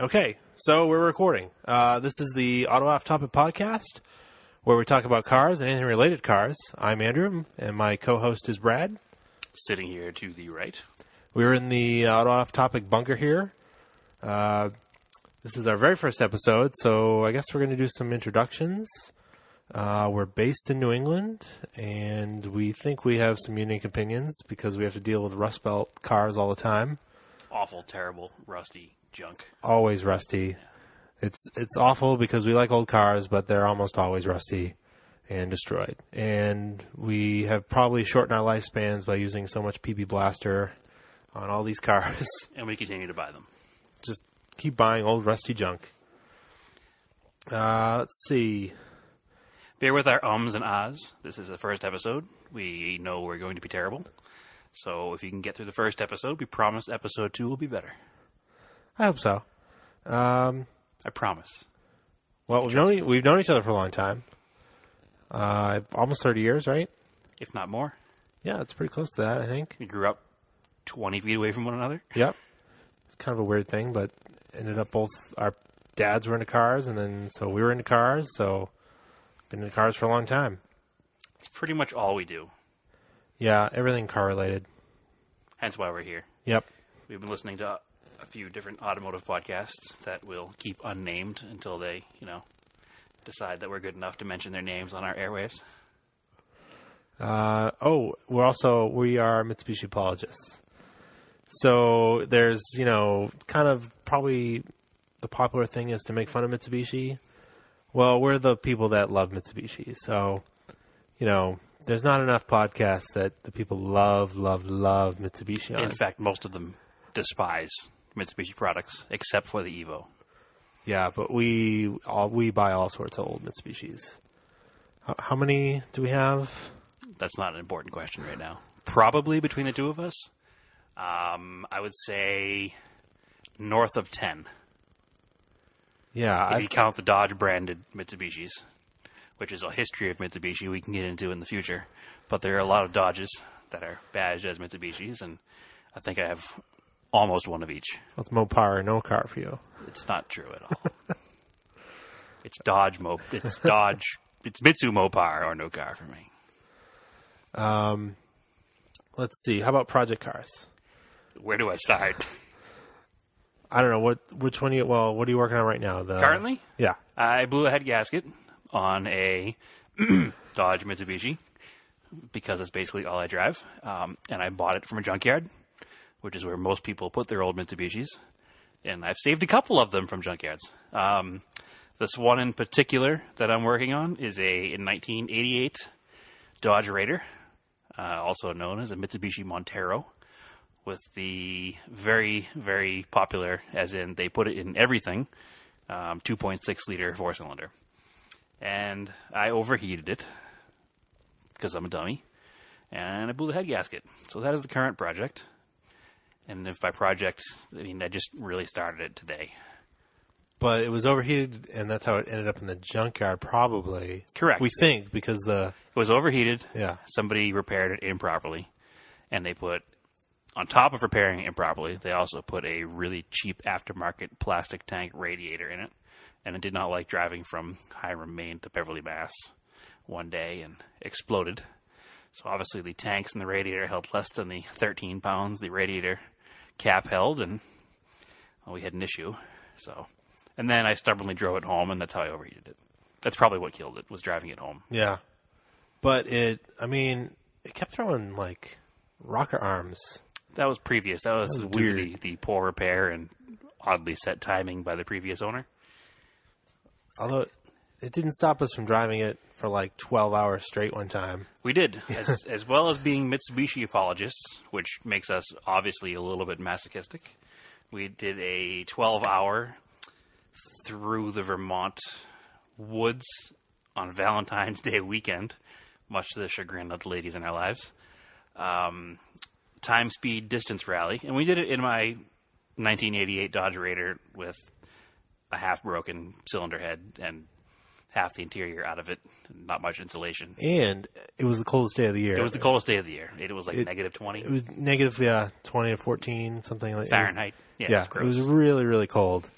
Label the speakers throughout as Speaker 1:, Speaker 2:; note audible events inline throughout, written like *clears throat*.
Speaker 1: Okay, so we're recording. Uh, this is the Auto Off Topic Podcast, where we talk about cars and anything related to cars. I'm Andrew, and my co-host is Brad.
Speaker 2: sitting here to the right.
Speaker 1: We're in the Auto Off Topic bunker here. Uh, this is our very first episode, so I guess we're going to do some introductions. Uh, we're based in New England, and we think we have some unique opinions because we have to deal with Rust Belt cars all the time.
Speaker 2: Awful, terrible, rusty junk.
Speaker 1: always rusty. It's it's awful because we like old cars, but they're almost always rusty and destroyed. And we have probably shortened our lifespans by using so much PB Blaster on all these cars. *laughs*
Speaker 2: And we continue to buy them.
Speaker 1: Just keep buying old rusty junk. Uh, let's see.
Speaker 2: Bear with our ums and ahs. This is the first episode. We know we're going to be terrible. So if you can get through the first episode, we promise episode two will be better.
Speaker 1: I hope so. Um,
Speaker 2: I promise.
Speaker 1: well, we've known e- we've known each other for a long time. Uh, almost thirty years, right?
Speaker 2: If not more.
Speaker 1: Yeah, it's pretty close to that, I think.
Speaker 2: We grew up 20 feet away from one another.
Speaker 1: Yep. It's kind of a weird thing, but ended up both our dads were into cars, and then so we were into cars. So been into cars for a long time.
Speaker 2: It's pretty much all we do.
Speaker 1: Yeah, everything car related.
Speaker 2: Hence why we're here.
Speaker 1: Yep.
Speaker 2: We've been listening to a few different automotive podcasts that will keep unnamed until they, you know, decide that we're good enough to mention their names on our airwaves.
Speaker 1: Uh, oh, we're also we are Mitsubishi apologists. So there's you know kind of probably the popular thing is to make fun of Mitsubishi. Well, we're the people that love Mitsubishi, so you know there's not enough podcasts that the people love, love, love Mitsubishi on.
Speaker 2: In fact, most of them despise Mitsubishi products, except for the Evo.
Speaker 1: Yeah, but we all, we buy all sorts of old Mitsubishis. How, how many do we have?
Speaker 2: That's not an important question right now. Probably between the two of us, um, I would say north of 10.
Speaker 1: Yeah,
Speaker 2: If you
Speaker 1: I,
Speaker 2: count the Dodge branded Mitsubishis, which is a history of Mitsubishi we can get into in the future. But there are a lot of Dodges that are badged as Mitsubishis, and I think I have almost one of each.
Speaker 1: that's Mopar or no car for you.
Speaker 2: It's not true at all. *laughs* it's Dodge Mop. It's Dodge. It's Mitsu Mopar or no car for me.
Speaker 1: Let's see. How about project cars?
Speaker 2: Where do I start?
Speaker 1: I don't know what which one you. Well, what are you working on right now? The
Speaker 2: Currently,
Speaker 1: Yeah.
Speaker 2: I blew a head gasket on a *clears throat* Dodge Mitsubishi because that's basically all I drive, um, and I bought it from a junkyard, which is where most people put their old Mitsubishis, and I've saved a couple of them from junkyards. Um, this one in particular that I'm working on is a, a 1988 Dodge Raider, uh, also known as a Mitsubishi Montero. With the very, very popular, as in they put it in everything, um, 2.6 liter four cylinder. And I overheated it because I'm a dummy, and I blew the head gasket. So that is the current project. And if by project, I mean I just really started it today.
Speaker 1: But it was overheated, and that's how it ended up in the junkyard, probably.
Speaker 2: Correct.
Speaker 1: We think because the
Speaker 2: It was overheated.
Speaker 1: yeah
Speaker 2: Somebody repaired it improperly, and they put on top of repairing it improperly, they also put a really cheap aftermarket plastic tank radiator in it, and it did not like driving from Hiram, Maine to Beverly, Mass. one day and exploded. So obviously the tanks and the radiator held less than the 13 pounds the radiator cap held, and well, we had an issue. So, and then I stubbornly drove it home, and that's how I overheated it. That's probably what killed it was driving it home.
Speaker 1: yeah. But it. I mean, it kept throwing like rocket arms.
Speaker 2: That was previous. That was,
Speaker 1: That was
Speaker 2: due to
Speaker 1: weird.
Speaker 2: The, the poor repair and oddly set timing by the previous owner.
Speaker 1: Although it didn't stop us from driving it for like twelve hours straight one time.
Speaker 2: We did, as, as well as being Mitsubishi apologists, which makes us obviously a little bit masochistic. We did a 12 hour through the Vermont woods on Valentine's Day weekend, much to the chagrin of the ladies in our lives. Um, time, speed, distance rally. And we did it in my 1988 Dodge Raider with a half broken cylinder head and half the interior out of it, not much insulation.
Speaker 1: and it was the coldest day of the year.
Speaker 2: It was the coldest day of the year. It was like negative twenty
Speaker 1: It was negative, yeah, twenty to fourteen, something like it was-
Speaker 2: Fahrenheit. Yeah,
Speaker 1: yeah,
Speaker 2: it's
Speaker 1: it
Speaker 2: gross.
Speaker 1: was really, really cold,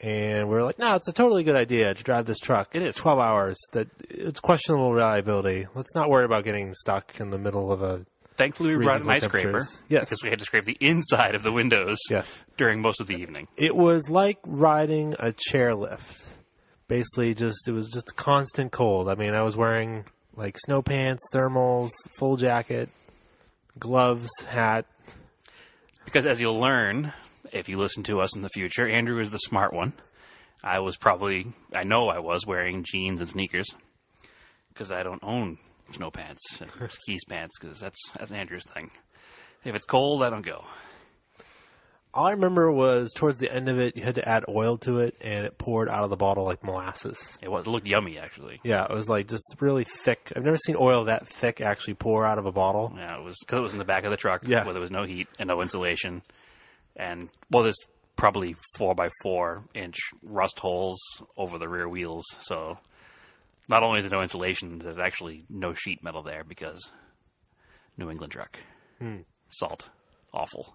Speaker 1: and we were like, "No, it's a totally good idea to drive this truck.
Speaker 2: It is.
Speaker 1: twelve hours. That it's questionable reliability. Let's not worry about getting stuck in the middle of a
Speaker 2: Thankfully, we brought an
Speaker 1: Reasonable
Speaker 2: ice scraper.
Speaker 1: temperatures. Yes.
Speaker 2: Because we had to scrape the inside of the windows
Speaker 1: yes."
Speaker 2: during most of the evening.
Speaker 1: It was like riding a chairlift. Basically, just it was just a constant cold. I mean, I was wearing like snow pants, thermals, full jacket, gloves, hat.
Speaker 2: Because as you'll learn, if you listen to us in the future, Andrew is the smart one. I was probably, I know I was wearing jeans and sneakers because I don't own snow pants and
Speaker 1: *laughs*
Speaker 2: skis pants because that's, that's Andrew's thing. If it's cold, I don't go.
Speaker 1: All I remember was towards the end of it, you had to add oil to it, and it poured out of the bottle like molasses.
Speaker 2: It was, it looked yummy actually.
Speaker 1: Yeah, it was like just really thick. I've never seen oil that thick actually pour out of a bottle.
Speaker 2: Yeah, it was because it was in the back of the truck
Speaker 1: Yeah.
Speaker 2: where there was no heat and no insulation. And, well, there's probably four by four inch rust holes over the rear wheels. So not only is there no insulation, there's actually no sheet metal there because New England truck.
Speaker 1: Hmm.
Speaker 2: Salt. Awful.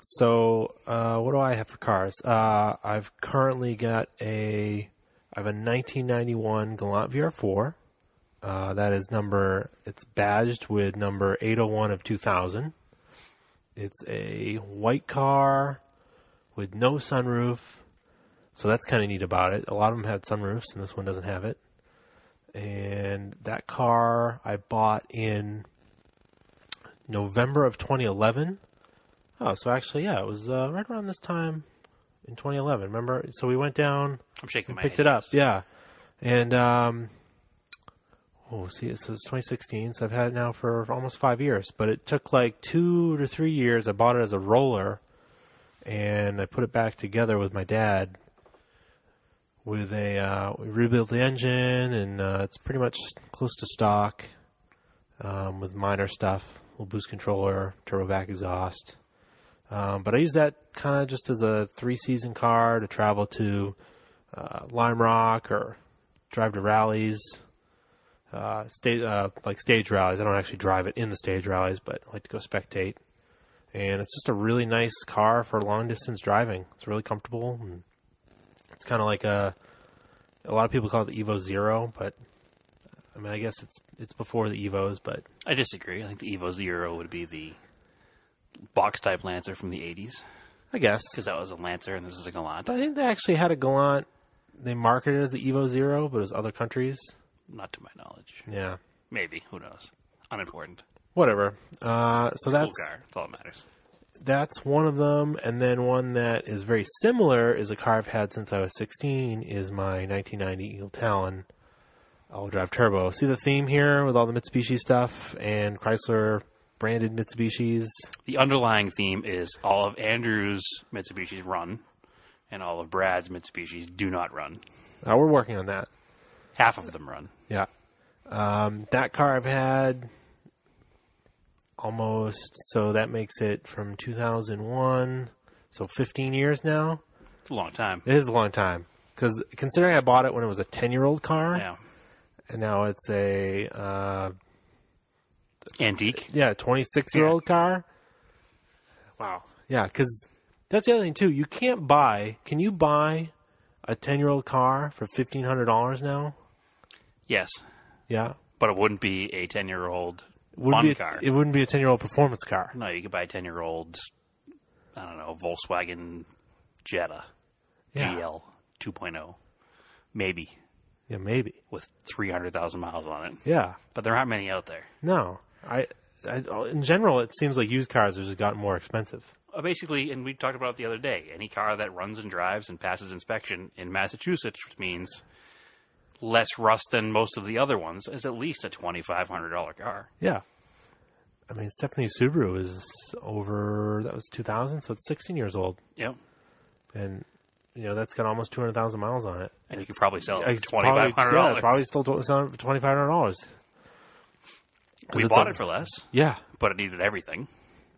Speaker 1: So, uh, what do I have for cars? Uh, I've currently got a, I have a 1991 Galant VR4. Uh, that is number, it's badged with number 801 of 2000. It's a white car with no sunroof. So that's kind of neat about it. A lot of them had sunroofs, and this one doesn't have it. And that car I bought in November of 2011. Oh, so actually, yeah, it was uh, right around this time in 2011. Remember? So we went down,
Speaker 2: I'm shaking my
Speaker 1: picked
Speaker 2: head.
Speaker 1: it up, yeah, and um, oh, see, so it's 2016. So I've had it now for almost five years, but it took like two to three years. I bought it as a roller, and I put it back together with my dad. With a, uh, we rebuilt the engine, and uh, it's pretty much close to stock, um, with minor stuff, little boost controller, turbo back exhaust. Um, but I use that kind of just as a three season car to travel to uh, Lime Rock or drive to rallies, uh, stage uh, like stage rallies. I don't actually drive it in the stage rallies, but I like to go spectate. And it's just a really nice car for long distance driving. It's really comfortable. And it's kind of like a a lot of people call it the Evo Zero, but I mean, I guess it's it's before the Evos, but
Speaker 2: I disagree. I think the Evo Zero would be the box type Lancer from the 80s
Speaker 1: I guess
Speaker 2: because that was a Lancer and this is a Galant.
Speaker 1: I think they actually had a Galant. They marketed it as the Evo Zero, but it was other countries.
Speaker 2: Not to my knowledge.
Speaker 1: Yeah,
Speaker 2: Maybe. Who knows? Unimportant.
Speaker 1: whatever. Uh, so that's
Speaker 2: cool car. That's all that matters.
Speaker 1: that's one of them, and then one that is very similar is a car I've had since I was 16. Is my 1990 Eagle Talon all drive turbo. See the theme here with all the Mitsubishi stuff and Chrysler branded Mitsubishis.
Speaker 2: The underlying theme is all of Andrew's Mitsubishi's run, and all of Brad's Mitsubishi's do not run.
Speaker 1: Uh, we're working on that.
Speaker 2: Half of them run.
Speaker 1: Yeah. Um, that car I've had almost, so that makes it from 2001, so 15 years now.
Speaker 2: It's a long time.
Speaker 1: It is a long time. Because considering I bought it when it was a 10 year old car,
Speaker 2: Yeah.
Speaker 1: and now it's a, uh,
Speaker 2: Antique.
Speaker 1: yeah, 26 year old car. Wow. Yeah, because that's the other thing, too. You can't buy, can you buy a 10 year old car for $1,500 now?
Speaker 2: Yes,
Speaker 1: Yeah.
Speaker 2: but it wouldn't be a ten-year-old
Speaker 1: Wouldn't
Speaker 2: fun
Speaker 1: be a-
Speaker 2: car.
Speaker 1: It wouldn't be a 10 year old performance car.
Speaker 2: no, you could buy a ten-year-old. I don't know Volkswagen Jetta
Speaker 1: Yeah.
Speaker 2: GL 2.0, oh, maybe
Speaker 1: Yeah, maybe.
Speaker 2: with 300,000 miles on it.
Speaker 1: Yeah.
Speaker 2: But there aren't many out there.
Speaker 1: No. I, I in general it seems like used cars have just gotten more expensive.
Speaker 2: Uh, basically, and we talked about it the other day, any car that runs and drives and passes inspection in Massachusetts, which means less rust than most of the other ones, is at least a $2,500 car.
Speaker 1: Yeah. I mean Stephanie Subaru is over that was 2000 so it's 16 years old
Speaker 2: Yep.
Speaker 1: and you know that's got almost 200,000 miles on it.
Speaker 2: And you could probably sell it
Speaker 1: It's
Speaker 2: for $2,500.
Speaker 1: Probably, yeah, probably still $2500.
Speaker 2: we
Speaker 1: 'cause it's
Speaker 2: bought
Speaker 1: a-
Speaker 2: it for less,
Speaker 1: Yeah.
Speaker 2: but it needed everything.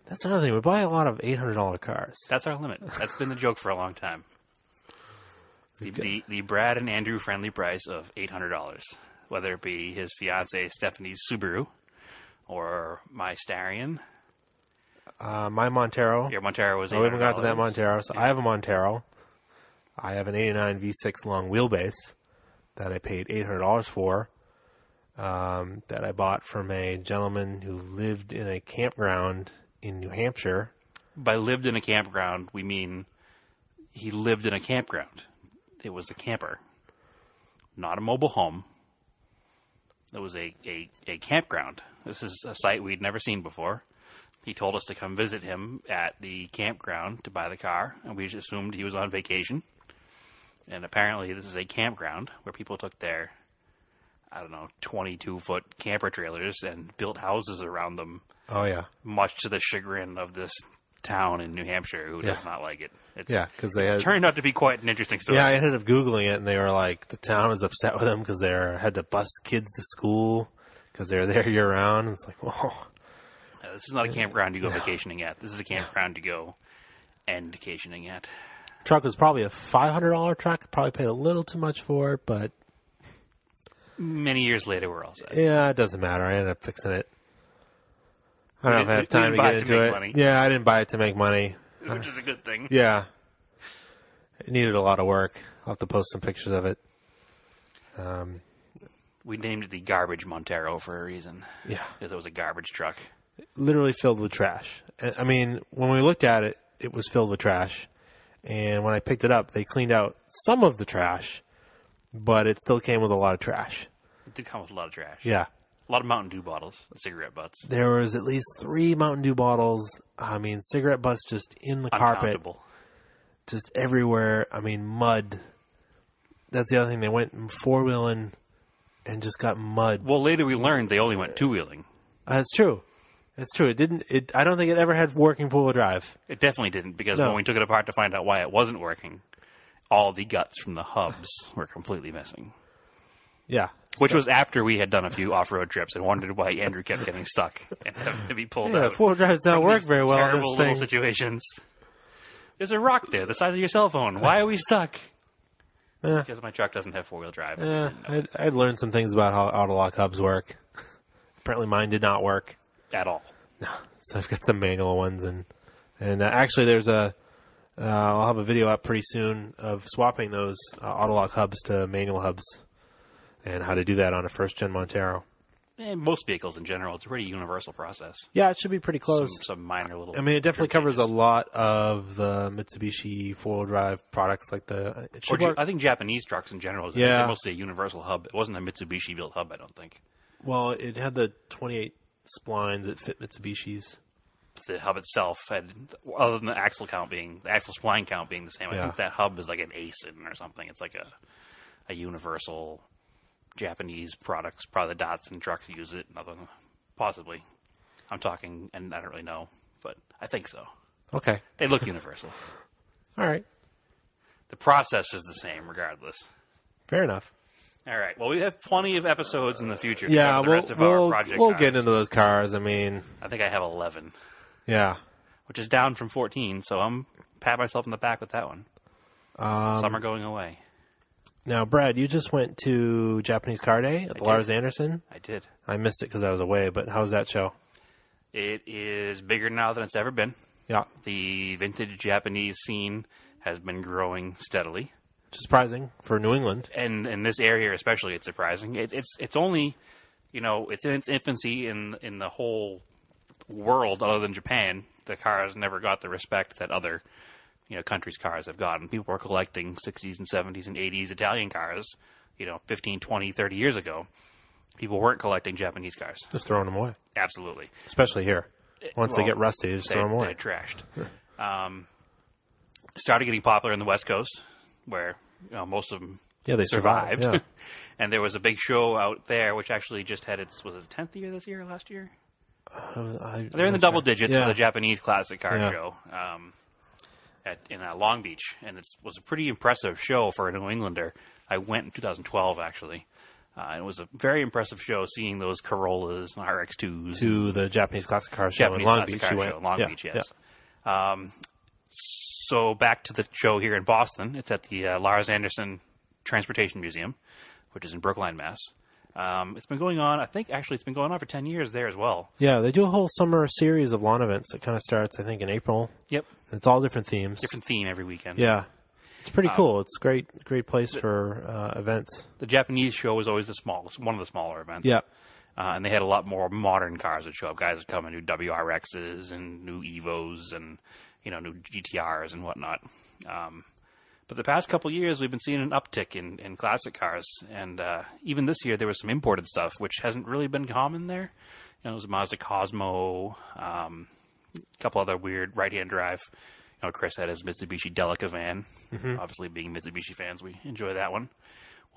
Speaker 1: That's another thing. We buy a lot of $800 cars.
Speaker 2: That's our limit. That's been the joke for a long time. The, the, the Brad and Andrew friendly price of $800, whether it be his fiancee Stephanie's Subaru or my Starion.
Speaker 1: Uh, my Montero.
Speaker 2: Your Montero was $800.
Speaker 1: Oh, we haven't got to that Montero. So I have a Montero. I have an 89 V6 long wheelbase that I paid $800 for um, that I bought from a gentleman who lived in a campground in New Hampshire.
Speaker 2: By lived in a campground, we mean he lived in a campground. It was a camper, not a mobile home. It was a, a, a campground. This is a site we'd never seen before. He told us to come visit him at the campground to buy the car, and we just assumed he was on vacation. And apparently, this is a campground where people took their, I don't know, 22 foot camper trailers and built houses around them,
Speaker 1: Oh, yeah.
Speaker 2: much to the chagrin of this town in New Hampshire who does
Speaker 1: Yeah.
Speaker 2: not like it. It's,
Speaker 1: Yeah, because they had.
Speaker 2: Turned out to be quite an interesting story.
Speaker 1: Yeah, I ended up Googling it, and they were like, the town was upset with them because they were, had to bus kids to school because they were there *laughs* year round. It's like, whoa.
Speaker 2: Uh, This is not a campground you go vacationing at. This is a campground you go end vacationing at.
Speaker 1: Truck was probably a $500 truck. Probably paid a little too much for it, but
Speaker 2: Many years later, we're all set.
Speaker 1: Yeah, it doesn't matter. I ended up fixing it. I don't
Speaker 2: We
Speaker 1: have
Speaker 2: didn't-
Speaker 1: time to
Speaker 2: we didn't buy
Speaker 1: get
Speaker 2: it to
Speaker 1: into
Speaker 2: make
Speaker 1: it.
Speaker 2: money.
Speaker 1: Yeah, I didn't buy it to make money.
Speaker 2: Which is a good thing.
Speaker 1: Yeah, it needed a lot of work. I'll have to post some pictures of it.
Speaker 2: We named it the Garbage Montero for a reason.
Speaker 1: Yeah,
Speaker 2: Because it was a garbage truck.
Speaker 1: literally filled with trash. I I mean, when we looked at it, it was filled with trash. And when I picked it up, they cleaned out some of the trash, but it still came with a lot of trash.
Speaker 2: It did come with a lot of trash.
Speaker 1: Yeah.
Speaker 2: A lot of Mountain Dew bottles, cigarette butts.
Speaker 1: There was at least three Mountain Dew bottles. I mean, cigarette butts just in the carpet.
Speaker 2: Uncountable.
Speaker 1: just everywhere. I mean, mud. That's the other thing. They went four wheeling and just got mud.
Speaker 2: Well, later we learned they only went two wheeling.
Speaker 1: That's true. That's true. It didn't. It. I don't think it ever had working four wheel drive.
Speaker 2: It definitely didn't because
Speaker 1: No.
Speaker 2: when we took it apart to find out why it wasn't working, all the guts from the *laughs* hubs were completely missing.
Speaker 1: Yeah.
Speaker 2: Which was after we had done a few off road trips and wondered why Andrew *laughs* kept getting stuck and having to be pulled
Speaker 1: Yeah.
Speaker 2: out.
Speaker 1: Four wheel drives don't work
Speaker 2: These
Speaker 1: very well
Speaker 2: Terrible
Speaker 1: on
Speaker 2: little
Speaker 1: this thing.
Speaker 2: situations. There's a rock there, the size of your cell phone. Why are we *laughs* stuck?
Speaker 1: Eh.
Speaker 2: Because my truck doesn't have four wheel drive.
Speaker 1: Yeah, Eh, I'd, I'd learned some things about how auto lock hubs work. *laughs* Apparently, mine did not work.
Speaker 2: At all.
Speaker 1: so I've got some manual ones and and uh, actually there's a uh, I'll have a video up pretty soon of swapping those uh, autolock hubs to manual hubs and how to do that on a first gen Montero.
Speaker 2: And most vehicles in general, it's a pretty universal process.
Speaker 1: Yeah, it should be pretty
Speaker 2: Some,
Speaker 1: close.
Speaker 2: some minor little.
Speaker 1: I mean, it definitely covers a lot of the Mitsubishi four wheel drive products, like the uh, it
Speaker 2: Or
Speaker 1: should
Speaker 2: Ja-
Speaker 1: work.
Speaker 2: I think Japanese trucks in general is
Speaker 1: Yeah.
Speaker 2: they're mostly a universal hub. It wasn't a Mitsubishi built hub, I don't think.
Speaker 1: Well, it had the 28 splines that fit Mitsubishi's.
Speaker 2: The hub itself had, other than the axle count being, the axle spline count being the same, I
Speaker 1: Yeah.
Speaker 2: think that hub is like an ASIN or something. It's like a, a universal Japanese products. Probably the Datsun trucks use it, and other possibly. I'm talking, and I don't really know, but I think so.
Speaker 1: Okay,
Speaker 2: They look universal.
Speaker 1: all right,
Speaker 2: The process is the same, regardless.
Speaker 1: fair enough.
Speaker 2: All right. Well, we have plenty of episodes in the future. to
Speaker 1: Yeah,
Speaker 2: cover the
Speaker 1: we'll
Speaker 2: rest of our
Speaker 1: we'll,
Speaker 2: project
Speaker 1: we'll get
Speaker 2: cars.
Speaker 1: into those cars. I mean,
Speaker 2: I think I have 11,
Speaker 1: yeah,
Speaker 2: which is down from 14, so I'm pat myself in the back with that one. Some are going away.
Speaker 1: Now, Brad, you just went to Japanese Car Day at the Lars Anderson.
Speaker 2: I did.
Speaker 1: I missed it because I was away, but how's that show?
Speaker 2: It is bigger now than it's ever been.
Speaker 1: Yeah,
Speaker 2: The vintage Japanese scene has been growing steadily,
Speaker 1: which is surprising for New England.
Speaker 2: and in this area especially, it's surprising. It, it's it's only, you know, it's in its infancy in in the whole world other than Japan. The cars never got the respect that other, you know, countries' cars have gotten. People were collecting 60s and 70s and 80s Italian cars, you know, 15, 20, 30 years ago. People weren't collecting Japanese cars.
Speaker 1: Just throwing them away,
Speaker 2: Absolutely.
Speaker 1: especially here. Once
Speaker 2: Eh, well,
Speaker 1: they get rusty, they just
Speaker 2: they,
Speaker 1: throw them
Speaker 2: they
Speaker 1: away.
Speaker 2: trashed. Um, started getting popular in the West Coast, where you know, most of them
Speaker 1: Yeah, they survive,
Speaker 2: survived.
Speaker 1: yeah.
Speaker 2: *laughs* and there was a big show out there, which actually just had its was its tenth year this year, or last year. *laughs*
Speaker 1: I-
Speaker 2: They're in the
Speaker 1: I'm
Speaker 2: double
Speaker 1: sure.
Speaker 2: digits
Speaker 1: Yeah.
Speaker 2: for the Japanese classic car
Speaker 1: Yeah.
Speaker 2: show um, at, in uh, Long Beach, and it was a pretty impressive show for a New Englander. I went in 2012 actually. Uh, and it was a very impressive show, seeing those Corollas and RX2s
Speaker 1: to the Japanese Classic Car Show
Speaker 2: Japanese
Speaker 1: in Long
Speaker 2: classic
Speaker 1: Beach.
Speaker 2: car
Speaker 1: you went.
Speaker 2: show in Long
Speaker 1: Yeah,
Speaker 2: Beach,
Speaker 1: yeah.
Speaker 2: yes. Um, so back to the show here in Boston. It's at the uh, Lars Anderson Transportation Museum, which is in Brookline, Mass. Um, it's been going on, I think, actually, it's been going on for 10 years there as well.
Speaker 1: Yeah, they do a whole summer series of lawn events that kind of starts, I think, in April.
Speaker 2: Yep.
Speaker 1: It's all different themes.
Speaker 2: Different theme every weekend.
Speaker 1: Yeah, Uh, It's pretty cool. It's great, great place for uh, events.
Speaker 2: The Japanese show was always the smallest, one of the smaller events. Uh, and they had a lot more modern cars that show up. Guys would come and do WRXs and new Evos and you know new GTRs and whatnot. Um, but the past couple years, we've been seeing an uptick in, in classic cars, and uh, even this year there was some imported stuff, which hasn't really been common there. You know, there was a Mazda Cosmo, um, a couple other weird right-hand drive. You know, Chris had his Mitsubishi Delica van.
Speaker 1: Mm-hmm.
Speaker 2: Obviously, being Mitsubishi fans, we enjoy that one.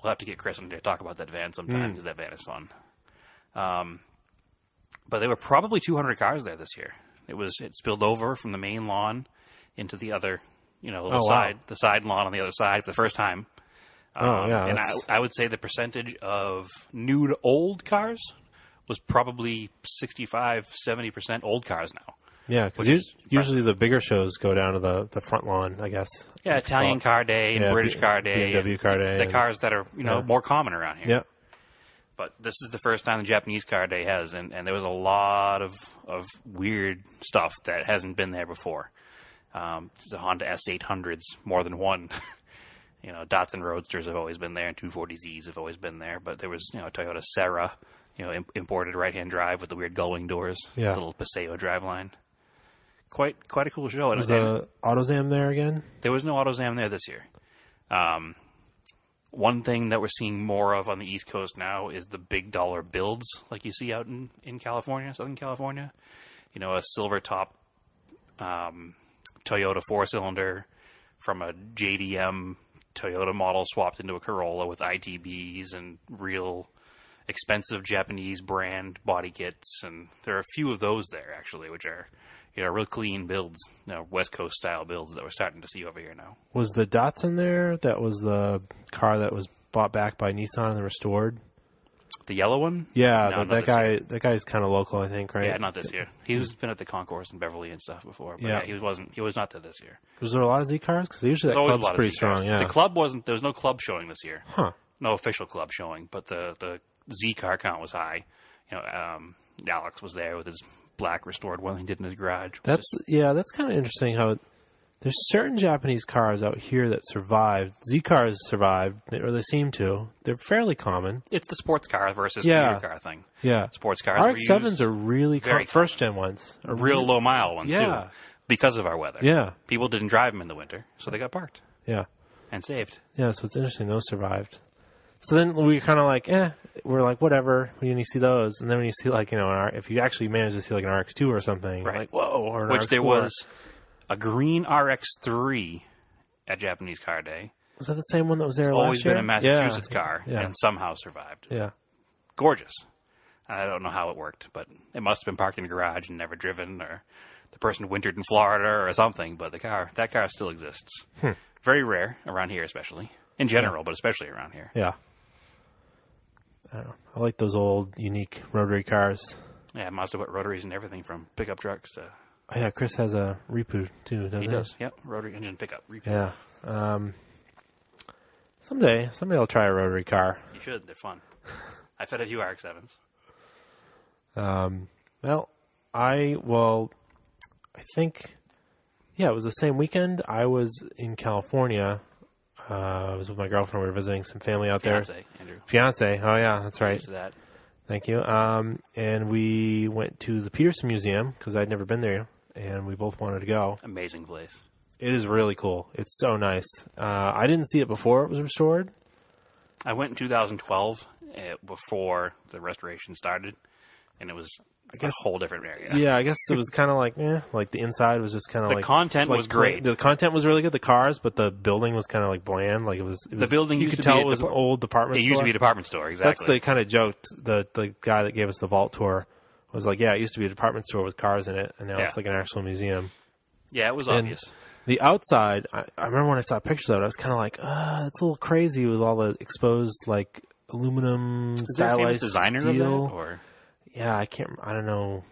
Speaker 2: We'll have to get Chris on to talk about that van
Speaker 1: Mm.
Speaker 2: sometime because that van is fun Um, but there were probably 200 cars there this year. It was it spilled over from the main lawn into the other, you know, little
Speaker 1: Oh, wow.
Speaker 2: side the side lawn on the other side for the first time.
Speaker 1: Oh yeah,
Speaker 2: and I,
Speaker 1: that's-
Speaker 2: I would say the percentage of new to old cars was probably 65, 70 percent old cars now.
Speaker 1: yeah. Because
Speaker 2: which is
Speaker 1: usually the bigger shows go down to the, the front lawn, I guess.
Speaker 2: Yeah, Italian Car Day and
Speaker 1: Yeah,
Speaker 2: British
Speaker 1: B-
Speaker 2: Car Day,
Speaker 1: BMW
Speaker 2: and
Speaker 1: Car Day
Speaker 2: the
Speaker 1: and-
Speaker 2: cars that are you know
Speaker 1: Yeah.
Speaker 2: more common around here.
Speaker 1: Yep.
Speaker 2: but this is the first time the Japanese car day has, and, and there was a lot of, of weird stuff that hasn't been there before. Um, the Honda S800s, more than one. *laughs* you know, Datsun Roadsters have always been there, and 240Zs have always been there, but there was, you know, a Toyota Serra, you know, im- imported right hand drive with the weird gullwing doors,
Speaker 1: Yeah.
Speaker 2: the little Paseo driveline. Quite quite a cool show. And,
Speaker 1: Was
Speaker 2: and
Speaker 1: the AutoZam there again?
Speaker 2: there was no AutoZam there this year. Um, one thing that we're seeing more of on the East Coast now is the big dollar builds, like you see out in, in California, Southern California. You know, a silver top um, Toyota four cylinder from a JDM Toyota model swapped into a Corolla with ITBs and real expensive Japanese brand body kits. And there are a few of those there actually, which are you know real clean builds, you know, West Coast style builds that we're starting to see over here now.
Speaker 1: Was the Datsun there? That was the car that was bought back by Nissan and restored.
Speaker 2: The yellow one,
Speaker 1: Yeah,
Speaker 2: No,
Speaker 1: but
Speaker 2: not
Speaker 1: that
Speaker 2: this
Speaker 1: guy. That guy's kind of local, I think, right?
Speaker 2: yeah, not this year. He was been at the concourse in Beverly and stuff before, but yeah,
Speaker 1: Yeah.
Speaker 2: he wasn't. He was not there this year.
Speaker 1: Was there a lot of Z cars? Because usually that
Speaker 2: There's always a
Speaker 1: club's
Speaker 2: lot
Speaker 1: pretty
Speaker 2: of Z cars.
Speaker 1: strong. Yeah.
Speaker 2: The club wasn't. There was no club showing this year.
Speaker 1: huh.
Speaker 2: no official club showing, but the the Z car count was high. You know, um, Alex was there with his black restored one he did in his garage.
Speaker 1: That's yeah. That's kind of interesting. How it- there's certain Japanese cars out here that survived. Z cars survived, they- or they seem to. They're fairly common.
Speaker 2: It's the sports car versus
Speaker 1: Yeah.
Speaker 2: commuter car thing.
Speaker 1: Yeah.
Speaker 2: Sports cars were
Speaker 1: RX sevens
Speaker 2: used-
Speaker 1: are really
Speaker 2: very
Speaker 1: com- first gen ones. Are
Speaker 2: real low mile ones
Speaker 1: Yeah.
Speaker 2: too, because of our weather.
Speaker 1: Yeah.
Speaker 2: people didn't drive them in the winter, so they got parked
Speaker 1: Yeah.
Speaker 2: and saved.
Speaker 1: Yeah. So it's interesting. Those survived. So then we were kind of like, eh, we're like, whatever. When you see those, and then when you see like, you know, an R- if you actually manage to see like an RX two or something,
Speaker 2: Right.
Speaker 1: like, whoa, or an
Speaker 2: Which there
Speaker 1: RX4.
Speaker 2: was a green RX three at Japanese Car Day.
Speaker 1: was that the same one that was there last
Speaker 2: Always
Speaker 1: year?
Speaker 2: been a
Speaker 1: Yeah.
Speaker 2: Massachusetts car
Speaker 1: Yeah.
Speaker 2: and somehow survived.
Speaker 1: Yeah.
Speaker 2: gorgeous. I don't know how it worked, but it must have been parked in a garage and never driven, or the person wintered in Florida or something. But the car, that car still exists.
Speaker 1: Hmm.
Speaker 2: Very rare around here, especially in general, but especially around here.
Speaker 1: Yeah. I don't know. I like those old unique rotary cars.
Speaker 2: Yeah, Mazda put rotaries and everything from pickup trucks to
Speaker 1: Oh yeah, Chris has a Repu too, doesn't he?
Speaker 2: he does. Yep, rotary engine pickup. Refuel.
Speaker 1: Yeah. Um someday somebody will try a rotary car.
Speaker 2: You should. They're fun. I've had a few RX sevens.
Speaker 1: Um well I well I think yeah, it was the same weekend. I was in California. Uh, I was with my girlfriend. We were visiting some family out there.
Speaker 2: Fiance, Andrew.
Speaker 1: Fiance. Oh yeah, that's right.
Speaker 2: Used to that.
Speaker 1: Thank you. Um, and we went to the Peterson Museum because I'd never been there, and we both wanted to go.
Speaker 2: Amazing place.
Speaker 1: It is really cool. It's so nice. Uh, I didn't see it before it was restored.
Speaker 2: I went in 2012 uh, before the restoration started, and it was
Speaker 1: guess-
Speaker 2: a whole different area.
Speaker 1: Yeah, I guess it was kind of like, eh, like the inside was just kind of
Speaker 2: The
Speaker 1: like
Speaker 2: content
Speaker 1: like
Speaker 2: was great.
Speaker 1: The content was really good. The cars, but the building was kind of like bland. Like it was. It was-
Speaker 2: building
Speaker 1: you
Speaker 2: used
Speaker 1: could
Speaker 2: to be
Speaker 1: tell it
Speaker 2: a
Speaker 1: was an
Speaker 2: depart-
Speaker 1: old department.
Speaker 2: It used to
Speaker 1: store.
Speaker 2: be a department store, exactly.
Speaker 1: That's the kind of joked. The the guy that gave us the vault tour was like, yeah, it used to be a department store with cars in it, and now
Speaker 2: Yeah.
Speaker 1: it's like an actual museum.
Speaker 2: yeah, it was
Speaker 1: And-
Speaker 2: obvious.
Speaker 1: The outside, I, I remember when I saw pictures of it, I was kind of like, uh, it's a little crazy with all the exposed like aluminum
Speaker 2: Is there a
Speaker 1: stylized
Speaker 2: famous designer
Speaker 1: steel.
Speaker 2: of that? Or
Speaker 1: yeah, I can't, I don't know.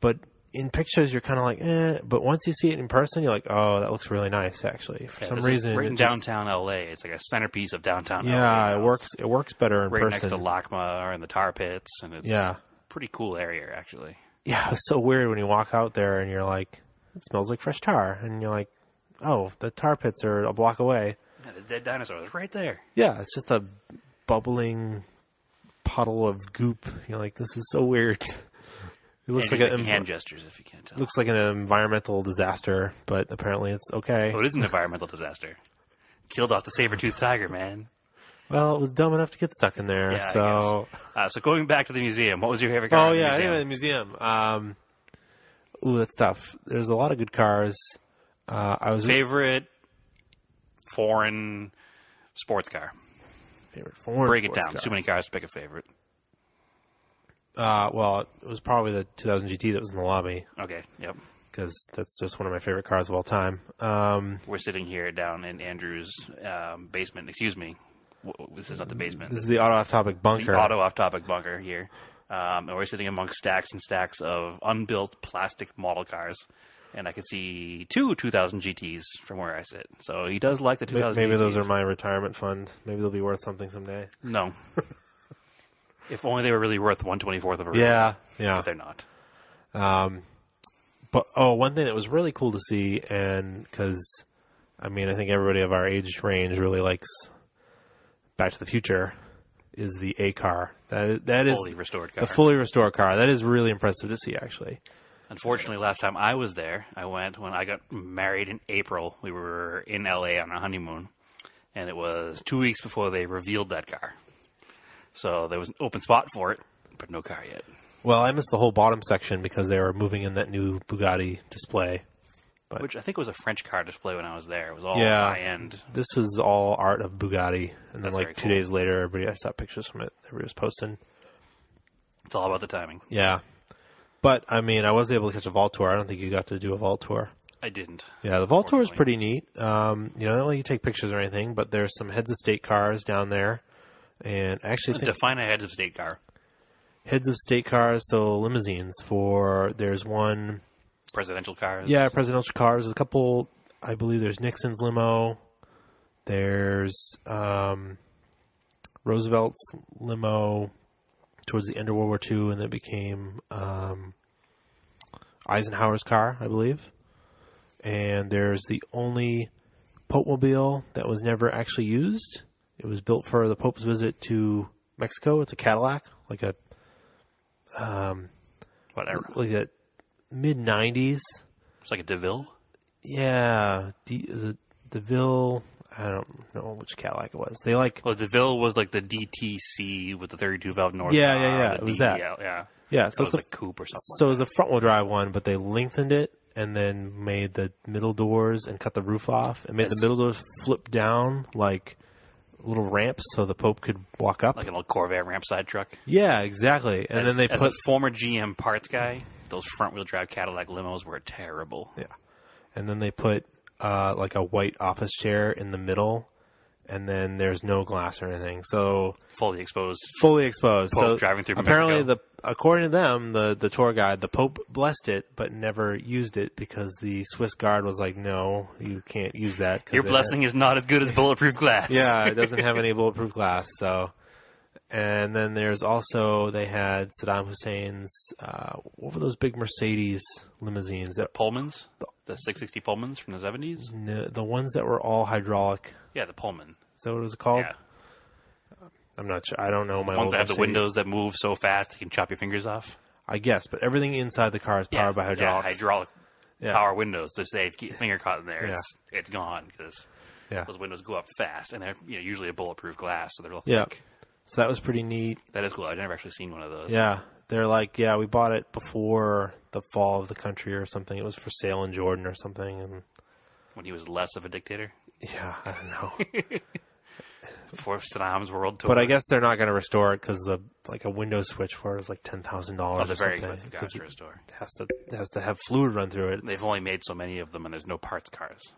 Speaker 1: But in pictures, you're kind of like, eh. But once you see it in person, you're like, oh, that looks really nice, actually. For
Speaker 2: Yeah,
Speaker 1: some
Speaker 2: this is
Speaker 1: reason,
Speaker 2: right in
Speaker 1: it just-
Speaker 2: downtown LA. It's like a centerpiece of downtown LA.
Speaker 1: yeah,
Speaker 2: now.
Speaker 1: it works. It works better in
Speaker 2: It's right
Speaker 1: person.
Speaker 2: next to LACMA and the tar pits, and it's
Speaker 1: Yeah,
Speaker 2: pretty cool area actually.
Speaker 1: yeah. It's so weird when you walk out there and you're like, it smells like fresh tar, and you're like, oh, the tar pits are a block away.
Speaker 2: Yeah, this dead dinosaur is right there.
Speaker 1: Yeah, it's just a bubbling puddle of goop. You're like, this is so weird. It looks
Speaker 2: Andrew's
Speaker 1: like
Speaker 2: making
Speaker 1: an
Speaker 2: hand gestures if you can't tell.
Speaker 1: looks like an environmental disaster, but apparently it's okay.
Speaker 2: oh, it is an environmental disaster. Killed off the saber-toothed tiger, man.
Speaker 1: Well, it was dumb enough to get stuck in there.
Speaker 2: Yeah, I
Speaker 1: so, *laughs*
Speaker 2: Uh, so going back to the museum, what was your favorite
Speaker 1: oh
Speaker 2: car? in the
Speaker 1: yeah,
Speaker 2: museum?
Speaker 1: anyway, the museum. Um, ooh, that's tough. There's a lot of good cars. Uh, I was
Speaker 2: favorite foreign sports car.
Speaker 1: favorite foreign
Speaker 2: Break it
Speaker 1: sports
Speaker 2: down.
Speaker 1: car.
Speaker 2: Too many cars to pick a favorite.
Speaker 1: Uh, well, it was probably the 2000 GT that was in the lobby
Speaker 2: Okay, yep.
Speaker 1: because that's just one of my favorite cars of all time. Um,
Speaker 2: We're sitting here down in Andrew's um, basement. Excuse me. W- w- This is not the basement.
Speaker 1: this is the auto topic bunker.
Speaker 2: the auto off-topic bunker here, um, and we're sitting among stacks and stacks of unbuilt plastic model cars, and I can see two 2000 GTs from where I sit. So he does like the
Speaker 1: May-
Speaker 2: 2000.
Speaker 1: Maybe those
Speaker 2: GTs.
Speaker 1: are my retirement fund. Maybe they'll be worth something someday. *laughs*
Speaker 2: no. if only they were really worth one twenty fourth of a real,
Speaker 1: Yeah, yeah.
Speaker 2: but they're not.
Speaker 1: Um, but oh, one thing that was really cool to see, and because I mean, I think everybody of our age range really likes Back to the Future, is the A car. That that is
Speaker 2: Fully restored car.
Speaker 1: the fully restored car. That is really impressive to see, actually.
Speaker 2: Unfortunately, last time I was there, I went when I got married in April. We were in LA on a honeymoon, and it was two weeks before they revealed that car. So there was an open spot for it, but no car yet.
Speaker 1: Well, I missed the whole bottom section because they were moving in that new Bugatti display.
Speaker 2: Which I think was a French car display when I was there. It was all
Speaker 1: Yeah.
Speaker 2: high end.
Speaker 1: This was all art of Bugatti, and then
Speaker 2: That's
Speaker 1: like
Speaker 2: very
Speaker 1: two
Speaker 2: cool.
Speaker 1: days later, everybody I saw pictures from it. Everybody was posting.
Speaker 2: It's all about the timing.
Speaker 1: Yeah, but I mean, I was able to catch a vault tour. I don't think you got to do a vault tour.
Speaker 2: I didn't.
Speaker 1: Yeah, the vault tour is
Speaker 2: Unfortunately.
Speaker 1: pretty neat. Um, you know, not let you take pictures or anything, but there's some heads of state cars down there, and I actually think
Speaker 2: Define a heads of state car.
Speaker 1: heads of state cars, so limousines. For there's one,
Speaker 2: Presidential cars.
Speaker 1: yeah, presidential cars. There's a couple. I believe there's Nixon's limo. There's um, Roosevelt's limo towards the end of World War II, and that became um, Eisenhower's car, I believe. And there's the only Pope mobile that was never actually used. It was built for the Pope's visit to Mexico. It's a Cadillac, like a um,
Speaker 2: Whatever.
Speaker 1: like a mid '90s.
Speaker 2: It's like a DeVille.
Speaker 1: Yeah, D, is it DeVille? I don't know which Cadillac it was. They like
Speaker 2: Well, DeVille was like the DTC with the 32 valve North.
Speaker 1: Yeah,
Speaker 2: Star,
Speaker 1: yeah, yeah.
Speaker 2: The
Speaker 1: It was that.
Speaker 2: DEL, Yeah.
Speaker 1: yeah. So
Speaker 2: So it
Speaker 1: it's
Speaker 2: was
Speaker 1: a,
Speaker 2: like coupe or something.
Speaker 1: so it was a front wheel drive one, but they lengthened it and then made the middle doors and cut the roof off and made
Speaker 2: Yes.
Speaker 1: the middle doors flip down like little ramps so the Pope could walk up.
Speaker 2: like an old Corvair ramp side truck.
Speaker 1: yeah, exactly. And
Speaker 2: as,
Speaker 1: then they
Speaker 2: as
Speaker 1: put
Speaker 2: a former GM parts guy, those front wheel drive Cadillac limos were terrible.
Speaker 1: Yeah. And then they put uh, like a white office chair in the middle, and then there's no glass or anything. So
Speaker 2: Fully exposed.
Speaker 1: fully exposed.
Speaker 2: Pope
Speaker 1: so
Speaker 2: driving through
Speaker 1: apparently,
Speaker 2: Mexico.
Speaker 1: the according to them, the the tour guide, the Pope blessed it, but never used it because the Swiss guard was like, "No, you can't use that." 'cause
Speaker 2: Your
Speaker 1: it
Speaker 2: blessing is not as good as bulletproof glass.
Speaker 1: has- yeah, it doesn't
Speaker 2: *laughs*
Speaker 1: have any bulletproof glass. So, and then there's also they had Saddam Hussein's uh, what were those big Mercedes limousines that
Speaker 2: Pullmans, the 660 Pullmans from the 70s.
Speaker 1: no, the ones that were all hydraulic.
Speaker 2: Yeah, the Pullman.
Speaker 1: Is that what it was called?
Speaker 2: Yeah.
Speaker 1: I'm not sure. I don't know my
Speaker 2: Ones
Speaker 1: old
Speaker 2: that have the
Speaker 1: Mercedes.
Speaker 2: windows that move so fast you can chop your fingers off.
Speaker 1: I guess, but everything inside the car is powered by hydraulics.
Speaker 2: Yeah, hydraulic
Speaker 1: Yeah.
Speaker 2: power windows. So say if you get your finger caught in there,
Speaker 1: Yeah.
Speaker 2: it's it's gone because
Speaker 1: Yeah.
Speaker 2: those windows go up fast and they're you know, usually a bulletproof glass, so they're real
Speaker 1: Yeah.
Speaker 2: thick.
Speaker 1: So that was pretty neat.
Speaker 2: That is cool. I've never actually seen one of those.
Speaker 1: Yeah. They're like, yeah, we bought it before the fall of the country or something. It was for sale in Jordan or something. And
Speaker 2: When he was less of a dictator
Speaker 1: yeah, I don't know.
Speaker 2: before Saddam's world
Speaker 1: *laughs*
Speaker 2: tour.
Speaker 1: but I guess they're not going to restore it because the like a window switch for it is like ten thousand
Speaker 2: Oh,
Speaker 1: dollars.
Speaker 2: they're
Speaker 1: or
Speaker 2: very
Speaker 1: something.
Speaker 2: expensive cars
Speaker 1: 'Cause
Speaker 2: to
Speaker 1: it
Speaker 2: restore.
Speaker 1: has to it has to have fluid run through it.
Speaker 2: They've only made so many of them, and there's no parts cars.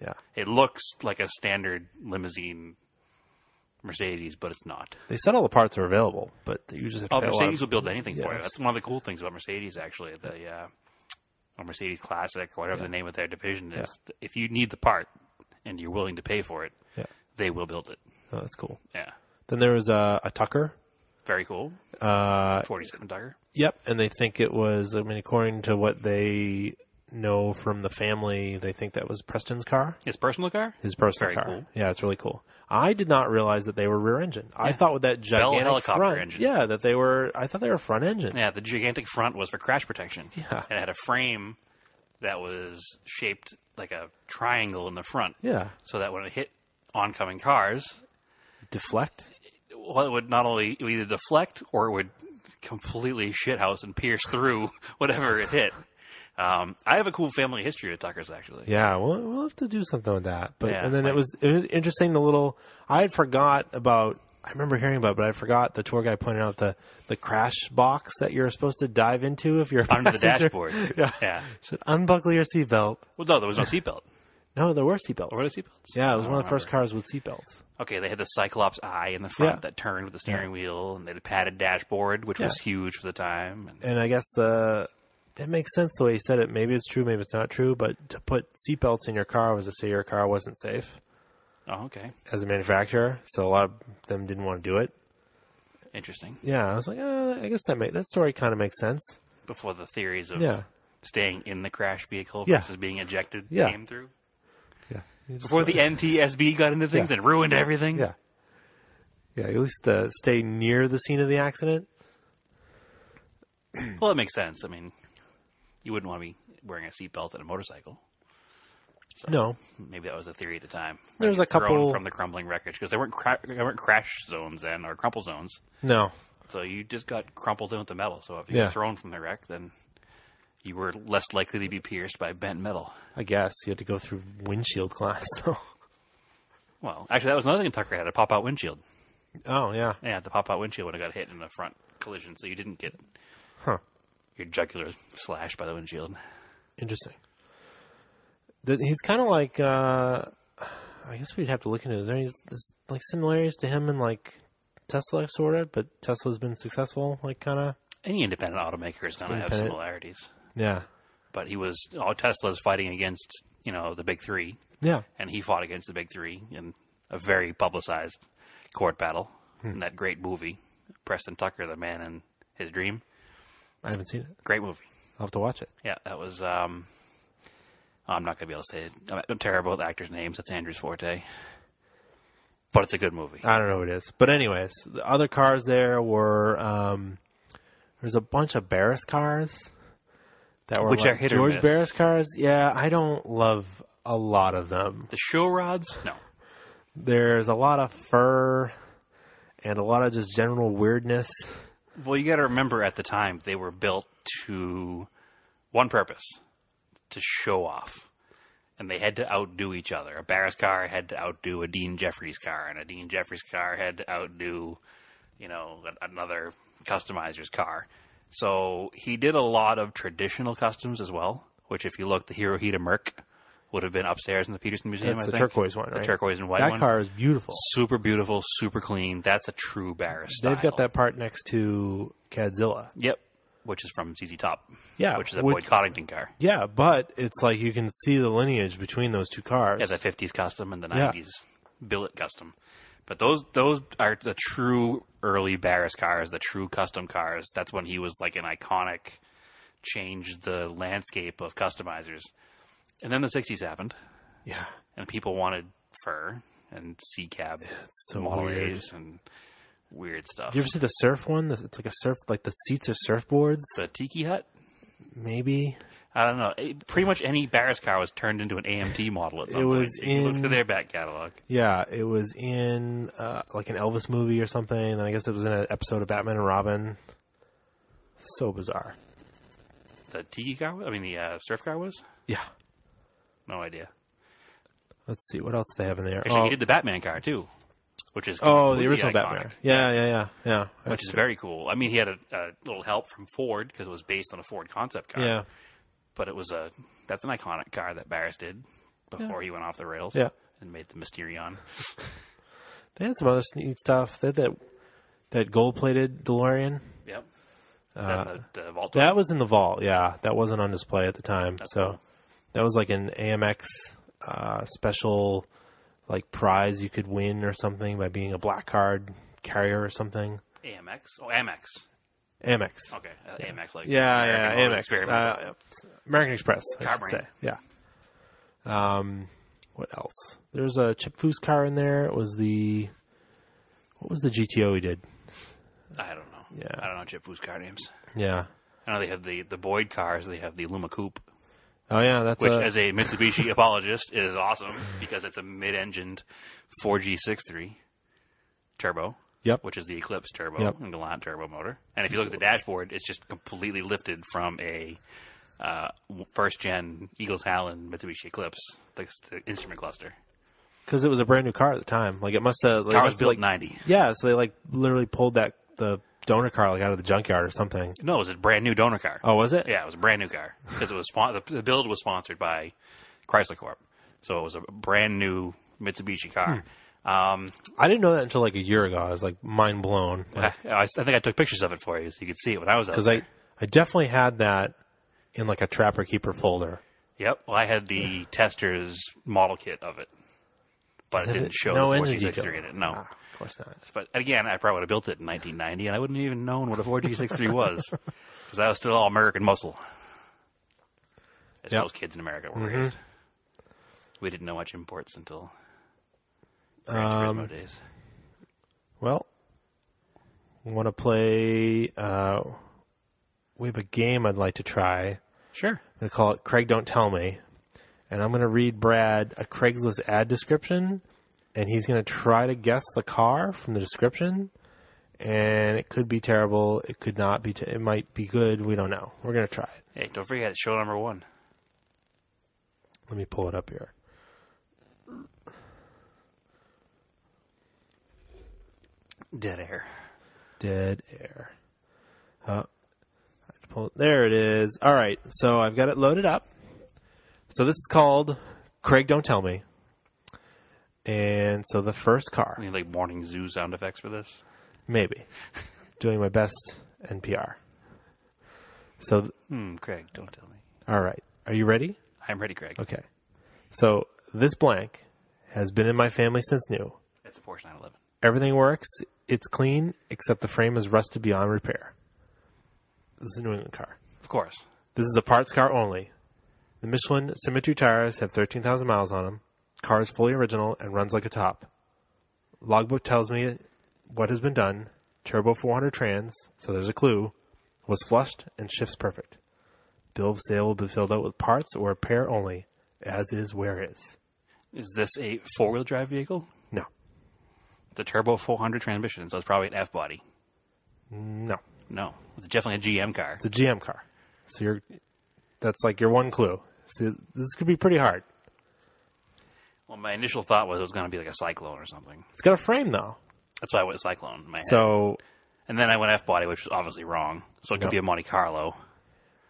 Speaker 1: yeah.
Speaker 2: It looks like a standard limousine Mercedes, but it's not.
Speaker 1: They said all the parts are available, but you just have to
Speaker 2: Oh,
Speaker 1: pay a lot of-
Speaker 2: Mercedes will build anything for you.
Speaker 1: Yes.
Speaker 2: That's one of the cool things about Mercedes, actually. The uh, or Mercedes Classic or whatever the name of their division is. If you need the part and you're willing to pay for it,
Speaker 1: Yeah.
Speaker 2: they will build it.
Speaker 1: Oh, that's cool.
Speaker 2: Yeah,
Speaker 1: Then there was uh, a, a Tucker.
Speaker 2: very cool.
Speaker 1: Uh,
Speaker 2: Forty-seven Tiger.
Speaker 1: Yep, and they think it was. I mean, according to what they know from the family, they think that was Preston's car,
Speaker 2: His personal car?
Speaker 1: his personal
Speaker 2: Very
Speaker 1: car.
Speaker 2: cool.
Speaker 1: Yeah, it's really cool. I did not realize that they were rear engine. I
Speaker 2: Yeah.
Speaker 1: thought with that
Speaker 2: Bell
Speaker 1: gigantic
Speaker 2: helicopter
Speaker 1: front,
Speaker 2: engine.
Speaker 1: yeah, that they were. I thought they were front engine.
Speaker 2: Yeah, the gigantic front was for crash protection.
Speaker 1: Yeah.
Speaker 2: And it had a frame that was shaped like a triangle in the front.
Speaker 1: Yeah,
Speaker 2: So that when it hit oncoming cars,
Speaker 1: deflect.
Speaker 2: well, it would not only it would either deflect or it would completely shithouse and pierce through *laughs* whatever it hit. Um, I have a cool family history with Tuckers, actually.
Speaker 1: Yeah, we'll, we'll have to do something with that. But
Speaker 2: Yeah,
Speaker 1: and then
Speaker 2: like-
Speaker 1: it was it was interesting. The little I had forgot about. I remember hearing about, it, but I forgot. The tour guide pointed out the the crash box that you're supposed to dive into if you're a *laughs*
Speaker 2: Under the
Speaker 1: passenger.
Speaker 2: dashboard.
Speaker 1: Yeah.
Speaker 2: yeah.
Speaker 1: Should unbuckle your seatbelt.
Speaker 2: Well, no, there was no seatbelt.
Speaker 1: No, there were seatbelts.
Speaker 2: Were there seatbelts?
Speaker 1: Yeah, it was
Speaker 2: I
Speaker 1: one
Speaker 2: don't
Speaker 1: of the first
Speaker 2: remember.
Speaker 1: cars with seatbelts.
Speaker 2: Okay, they had the Cyclops eye in the front
Speaker 1: Yeah.
Speaker 2: that turned with the steering wheel, and they had a padded dashboard, which was huge for the time. And
Speaker 1: And I guess the it makes sense the way he said it. Maybe it's true, maybe it's not true. But to put seatbelts in your car was to say your car wasn't safe
Speaker 2: oh, okay,
Speaker 1: as a manufacturer. So a lot of them didn't want to do it.
Speaker 2: interesting.
Speaker 1: Yeah, I was like, uh, I guess that make, that story kind of makes sense.
Speaker 2: Before the theories of
Speaker 1: Yeah,
Speaker 2: staying in the crash vehicle
Speaker 1: Yeah.
Speaker 2: versus being ejected
Speaker 1: Yeah.
Speaker 2: came through.
Speaker 1: yeah.
Speaker 2: Before the NTSB got into things
Speaker 1: Yeah.
Speaker 2: and ruined everything.
Speaker 1: yeah, yeah. At least uh, stay near the scene of the accident.
Speaker 2: Well, it makes sense. I mean, you wouldn't want to be wearing a seatbelt in a motorcycle.
Speaker 1: No,
Speaker 2: Maybe that was a theory at the time.
Speaker 1: There was a
Speaker 2: Grown
Speaker 1: couple-
Speaker 2: from the crumbling wreckage because there weren't cra- there weren't crash zones then or crumple zones.
Speaker 1: no.
Speaker 2: So you just got crumpled in with the metal. So if you
Speaker 1: Yeah.
Speaker 2: were thrown from the wreck, then you were less likely to be pierced by bent metal.
Speaker 1: I guess you had to go through windshield glass *laughs* though.
Speaker 2: Well, actually, that was another thing Tucker had a pop out windshield.
Speaker 1: oh yeah,
Speaker 2: Yeah, the pop out windshield would have got hit in the front collision, so you didn't get
Speaker 1: huh.
Speaker 2: your jugular slashed by the windshield.
Speaker 1: Interesting. That he's kind of like. Uh, I guess we'd have to look into. it. Is there any this, like similarities to him and like Tesla, sort of? But Tesla's been successful, like kind of.
Speaker 2: Any independent automaker is going to have
Speaker 1: Independent.
Speaker 2: similarities.
Speaker 1: Yeah,
Speaker 2: But he was, all Tesla's fighting against, you know, the big three,
Speaker 1: yeah,
Speaker 2: and he fought against the big three in a very publicized court battle in that great movie, Preston Tucker, The Man in His Dream.
Speaker 1: I haven't seen it.
Speaker 2: Great movie.
Speaker 1: I'll have to watch it.
Speaker 2: Yeah, that was. Um, I'm not going to be able to say it. I'm, I'm terrible with actors' names. That's Andrew's forte. But it's a good movie.
Speaker 1: I don't know what it is, but anyways, the other cars there were um, there's a bunch of Barris cars that were
Speaker 2: Which
Speaker 1: like
Speaker 2: are hit or
Speaker 1: George
Speaker 2: miss.
Speaker 1: Barris cars. Yeah, I don't love a lot of them.
Speaker 2: The show rods? No.
Speaker 1: There's a lot of fur and a lot of just general weirdness.
Speaker 2: Well, you got to remember at the time they were built to one purpose to show off. And they had to outdo each other. A Barris car had to outdo a Dean Jeffries car, and a Dean Jeffries car had to outdo, you know, a- another customizer's car. So he did a lot of traditional customs as well, which, if you look, the Hirohita Merc would have been upstairs in the Peterson Museum.
Speaker 1: That's
Speaker 2: I
Speaker 1: the
Speaker 2: think.
Speaker 1: turquoise one,
Speaker 2: The
Speaker 1: right?
Speaker 2: turquoise and white
Speaker 1: that
Speaker 2: one.
Speaker 1: car is beautiful.
Speaker 2: Super beautiful, super clean. That's a true Barris
Speaker 1: They've got
Speaker 2: style.
Speaker 1: that part next to Cadzilla.
Speaker 2: Yep. Which is from ZZ Top.
Speaker 1: Yeah,
Speaker 2: Which is a
Speaker 1: which-
Speaker 2: Boyd Coddington car.
Speaker 1: Yeah, but it's like you can see the lineage between those two cars.
Speaker 2: Yeah, the 50s custom and the
Speaker 1: Yeah.
Speaker 2: 90s billet custom. But those those are the true early Barris cars, the true custom cars. That's when he was like an iconic, changed the landscape of customizers. And then the 60s happened,
Speaker 1: yeah,
Speaker 2: and people wanted fur and C cab
Speaker 1: so
Speaker 2: Model
Speaker 1: weird.
Speaker 2: A's and weird stuff.
Speaker 1: Do you ever see the surf one? It's like a surf, like the seats are surfboards.
Speaker 2: the Tiki Hut?
Speaker 1: Maybe
Speaker 2: I don't know. It- pretty much any Barris car was turned into an AMT model at some
Speaker 1: It
Speaker 2: point.
Speaker 1: was
Speaker 2: You can look
Speaker 1: in-
Speaker 2: through their back catalog.
Speaker 1: Yeah, it was in uh, like an Elvis movie or something. And I guess it was in an episode of Batman and Robin. So bizarre.
Speaker 2: The tiki car, was- I mean the uh, surf car was.
Speaker 1: Yeah.
Speaker 2: No idea.
Speaker 1: Let's see what else they have in there.
Speaker 2: Actually,
Speaker 1: oh,
Speaker 2: he did the Batman car too, which is
Speaker 1: oh, the
Speaker 2: completely
Speaker 1: original
Speaker 2: iconic,
Speaker 1: Batman. Yeah, yeah, yeah, yeah.
Speaker 2: which
Speaker 1: That's
Speaker 2: is
Speaker 1: true.
Speaker 2: very cool. I mean, he had a, a little help from Ford because it was based on a Ford concept car.
Speaker 1: yeah,
Speaker 2: but it was a that's an iconic car that Barris did before he went off the rails.
Speaker 1: Yeah.
Speaker 2: and made the Mysterion.
Speaker 1: they had some other neat stuff. They had that that gold plated DeLorean.
Speaker 2: Yep. Is that the, the vault.
Speaker 1: Uh, That was in the vault. Yeah, that wasn't on display at the time. so
Speaker 2: cool.
Speaker 1: that was like an AMX uh, special, like prize you could win or something by being a black card carrier or something.
Speaker 2: AMX. Oh, Amex.
Speaker 1: Amex.
Speaker 2: Okay, uh, Amex like
Speaker 1: Yeah,
Speaker 2: American
Speaker 1: yeah,
Speaker 2: Motor
Speaker 1: Amex.
Speaker 2: Experimental.
Speaker 1: Uh, American Express, I
Speaker 2: Car
Speaker 1: should
Speaker 2: brand.
Speaker 1: say. Yeah. Um, what else? There's a Chip Foose car in there. It was the what was the GTO he did?
Speaker 2: I don't know.
Speaker 1: Yeah.
Speaker 2: I don't know Chip Boo's car names.
Speaker 1: Yeah.
Speaker 2: I know they have the the Boyd cars. They have the Luma Coupe,
Speaker 1: Oh yeah, that's
Speaker 2: which,
Speaker 1: a,
Speaker 2: as
Speaker 1: *laughs*
Speaker 2: a Mitsubishi apologist, is awesome because it's a mid-engined 4G63 turbo,
Speaker 1: yep.
Speaker 2: which is the Eclipse turbo
Speaker 1: Yep.
Speaker 2: and Galant turbo motor. And if you look at the dashboard, it's just completely lifted from a uh, first-gen Eagles Talon Mitsubishi Eclipse, the, the instrument cluster.
Speaker 1: Because it was a brand new car at the time. Like it must have. Like,
Speaker 2: Car
Speaker 1: it
Speaker 2: was
Speaker 1: must have,
Speaker 2: built
Speaker 1: like,
Speaker 2: in '90.
Speaker 1: Yeah, so they like literally pulled that the donor car like out of the junkyard or something.
Speaker 2: No, it was a brand new donor car.
Speaker 1: Oh, was it?
Speaker 2: Yeah, it was a brand new car because it was spon- the, the build was sponsored by Chrysler Corp. So it was a brand new Mitsubishi car. Um,
Speaker 1: I didn't know that until like a year ago. I was like mind blown
Speaker 2: I, I think I took pictures of it for you so you could see it when I was out
Speaker 1: because
Speaker 2: there.
Speaker 1: I I definitely had that in like a trapper keeper folder.
Speaker 2: yep. Well, I had the tester's model kit of it, but it
Speaker 1: Is
Speaker 2: didn't
Speaker 1: it-
Speaker 2: show
Speaker 1: no
Speaker 2: the
Speaker 1: engine
Speaker 2: 4G63 in
Speaker 1: detail.
Speaker 2: it. No.
Speaker 1: Ah, of course not.
Speaker 2: But again, I probably would have built it in 1990, and I wouldn't have even known what a 4G63 *laughs* was because I was still all American muscle, as
Speaker 1: Yep.
Speaker 2: most kids in America were raised. We didn't know much imports until Gran Turismo days.
Speaker 1: Well, want to play? Uh, we have a game I'd like to try.
Speaker 2: Sure.
Speaker 1: I'm gonna call it Craig Don't Tell Me, and I'm gonna read Brad a Craigslist ad description, and he's gonna try to guess the car from the description. And it could be terrible. It could not be. T- it might be good. We don't know. We're gonna try it.
Speaker 2: Hey, don't forget it's show number one.
Speaker 1: Let me pull it up here.
Speaker 2: Dead air.
Speaker 1: Dead air. Uh, I have to pull it. There it is. All right. So I've got it loaded up. So this is called Craig Don't Tell Me. And so the first car.
Speaker 2: I need like morning zoo sound effects for this.
Speaker 1: Maybe. Doing my best NPR. So,
Speaker 2: Hmm, Craig, don't tell me.
Speaker 1: all right. Are you ready?
Speaker 2: I'm ready, Craig.
Speaker 1: Okay. So, this blank has been in my family since new.
Speaker 2: It's a Porsche 911.
Speaker 1: Everything works. It's clean, except the frame is rusted beyond repair. This is a New England car.
Speaker 2: Of course.
Speaker 1: This is a parts car only. The Michelin Symmetry tires have 13,000 miles on them. Car is fully original and runs like a top. Logbook tells me what has been done. Turbo 400 trans, so there's a clue, was flushed and shifts perfect. Bill of sale will be filled out with parts or repair only, as is where is.
Speaker 2: Is this a four wheel drive vehicle?
Speaker 1: No,
Speaker 2: The turbo 400 transmission, so it's probably an F body.
Speaker 1: no,
Speaker 2: No, it's definitely a GM car.
Speaker 1: it's a GM car. So you're, that's like your one clue. So this could be pretty hard.
Speaker 2: Well, my initial thought was it was going to be like a Cyclone or something.
Speaker 1: It's got a frame though.
Speaker 2: That's why I went Cyclone in my head.
Speaker 1: So
Speaker 2: and then I went F body, which was obviously wrong. So it could
Speaker 1: No.
Speaker 2: be a Monte Carlo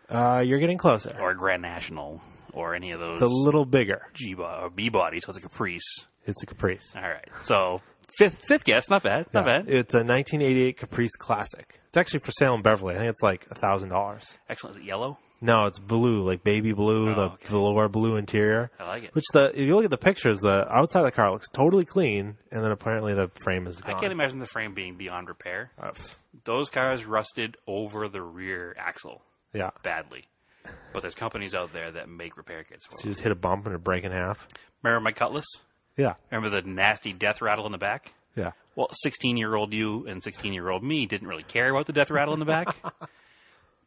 Speaker 1: uh, you're getting closer.
Speaker 2: or a Grand National or any of those
Speaker 1: It's a little bigger.
Speaker 2: G bo- or B body, so it's a Caprice.
Speaker 1: It's a Caprice.
Speaker 2: All right. So fifth fifth guess, not bad, not
Speaker 1: Yeah.
Speaker 2: bad.
Speaker 1: It's a 1988 Caprice Classic. It's actually for sale in Beverly. I think it's like a thousand dollars.
Speaker 2: Excellent. Is it yellow?
Speaker 1: No, it's blue, like baby blue, the
Speaker 2: Oh, okay.
Speaker 1: velour blue interior.
Speaker 2: I like it.
Speaker 1: Which the if you look at the pictures, the outside of the car looks totally clean, and then apparently the frame is
Speaker 2: I
Speaker 1: gone.
Speaker 2: can't imagine the frame being beyond repair.
Speaker 1: Uh, pff,
Speaker 2: Those cars rusted over the rear axle
Speaker 1: yeah,
Speaker 2: badly. But there's companies out there that make repair kits for
Speaker 1: so
Speaker 2: them.
Speaker 1: you just hit a bump and it break in half.
Speaker 2: Remember my Cutlass?
Speaker 1: Yeah,
Speaker 2: Remember the nasty death rattle in the back?
Speaker 1: yeah.
Speaker 2: Well, 16 year old you and 16 year old me didn't really care about the death rattle in the back.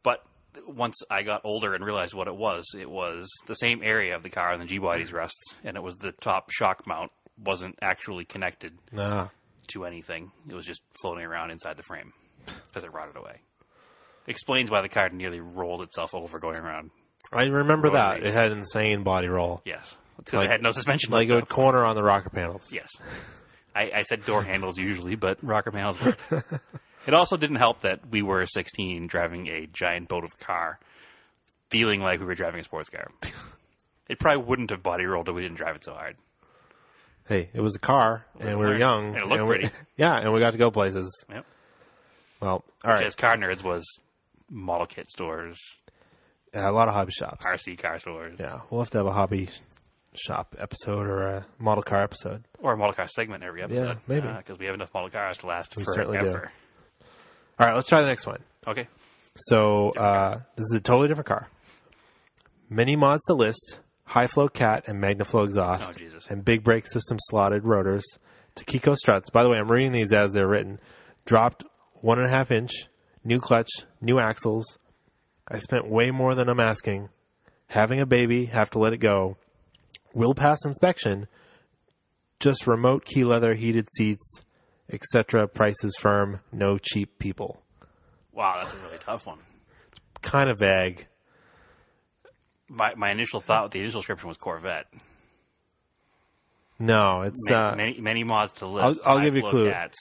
Speaker 2: but once I got older and realized what it was, it was the same area of the car and the G body's rusts, and it was the top shock mount wasn't actually connected
Speaker 1: Nah.
Speaker 2: to anything. It was just floating around inside the frame because it rotted away. Explains why the car nearly rolled itself over going around.
Speaker 1: I remember that.
Speaker 2: Rotaries.
Speaker 1: It had insane body roll,
Speaker 2: Yes, because
Speaker 1: Like-
Speaker 2: it had no suspension.
Speaker 1: like
Speaker 2: Like
Speaker 1: it would corner on the rocker panels.
Speaker 2: yes, I, I said door handles usually, but rocker panels.
Speaker 1: *laughs*
Speaker 2: Work. it also didn't help that we were 16 driving a giant boat of a car, feeling like we were driving a
Speaker 1: *laughs*
Speaker 2: sports car. It probably wouldn't have body rolled if we didn't drive it so hard.
Speaker 1: Hey, it was a car, and we were
Speaker 2: car.
Speaker 1: young,
Speaker 2: And it looked
Speaker 1: we-
Speaker 2: pretty.
Speaker 1: *laughs* yeah, and we got to go places.
Speaker 2: Yep.
Speaker 1: Well, all right,
Speaker 2: As car nerds was model kit stores,
Speaker 1: a lot of hobby shops.
Speaker 2: RC car stores,
Speaker 1: Yeah, we'll have to have a hobby shop episode or a model car episode.
Speaker 2: or a model car segment every episode. uh,
Speaker 1: Yeah, maybe.
Speaker 2: because we have enough model cars to last
Speaker 1: We certainly
Speaker 2: forever.
Speaker 1: All right, let's try the next one.
Speaker 2: Okay.
Speaker 1: So uh, this is a totally different car. Many mods to list: high flow cat and MagnaFlow exhaust,
Speaker 2: Oh, Jesus.
Speaker 1: and big brake system slotted rotors. Takiko struts. By the way, I'm reading these as they're written. Dropped one and a half inch, new clutch, new axles. I spent way more than I'm asking. Having a baby, have to let it go. Will pass inspection. Just remote key leather, heated seats, etc. Prices firm. No cheap people.
Speaker 2: Wow, that's a really tough one.
Speaker 1: Kind of vague.
Speaker 2: My my initial thought, the initial description was Corvette.
Speaker 1: No, it's
Speaker 2: Ma-
Speaker 1: uh,
Speaker 2: many many mods to list.
Speaker 1: I'll give you a
Speaker 2: high-flow
Speaker 1: clue.
Speaker 2: Cats.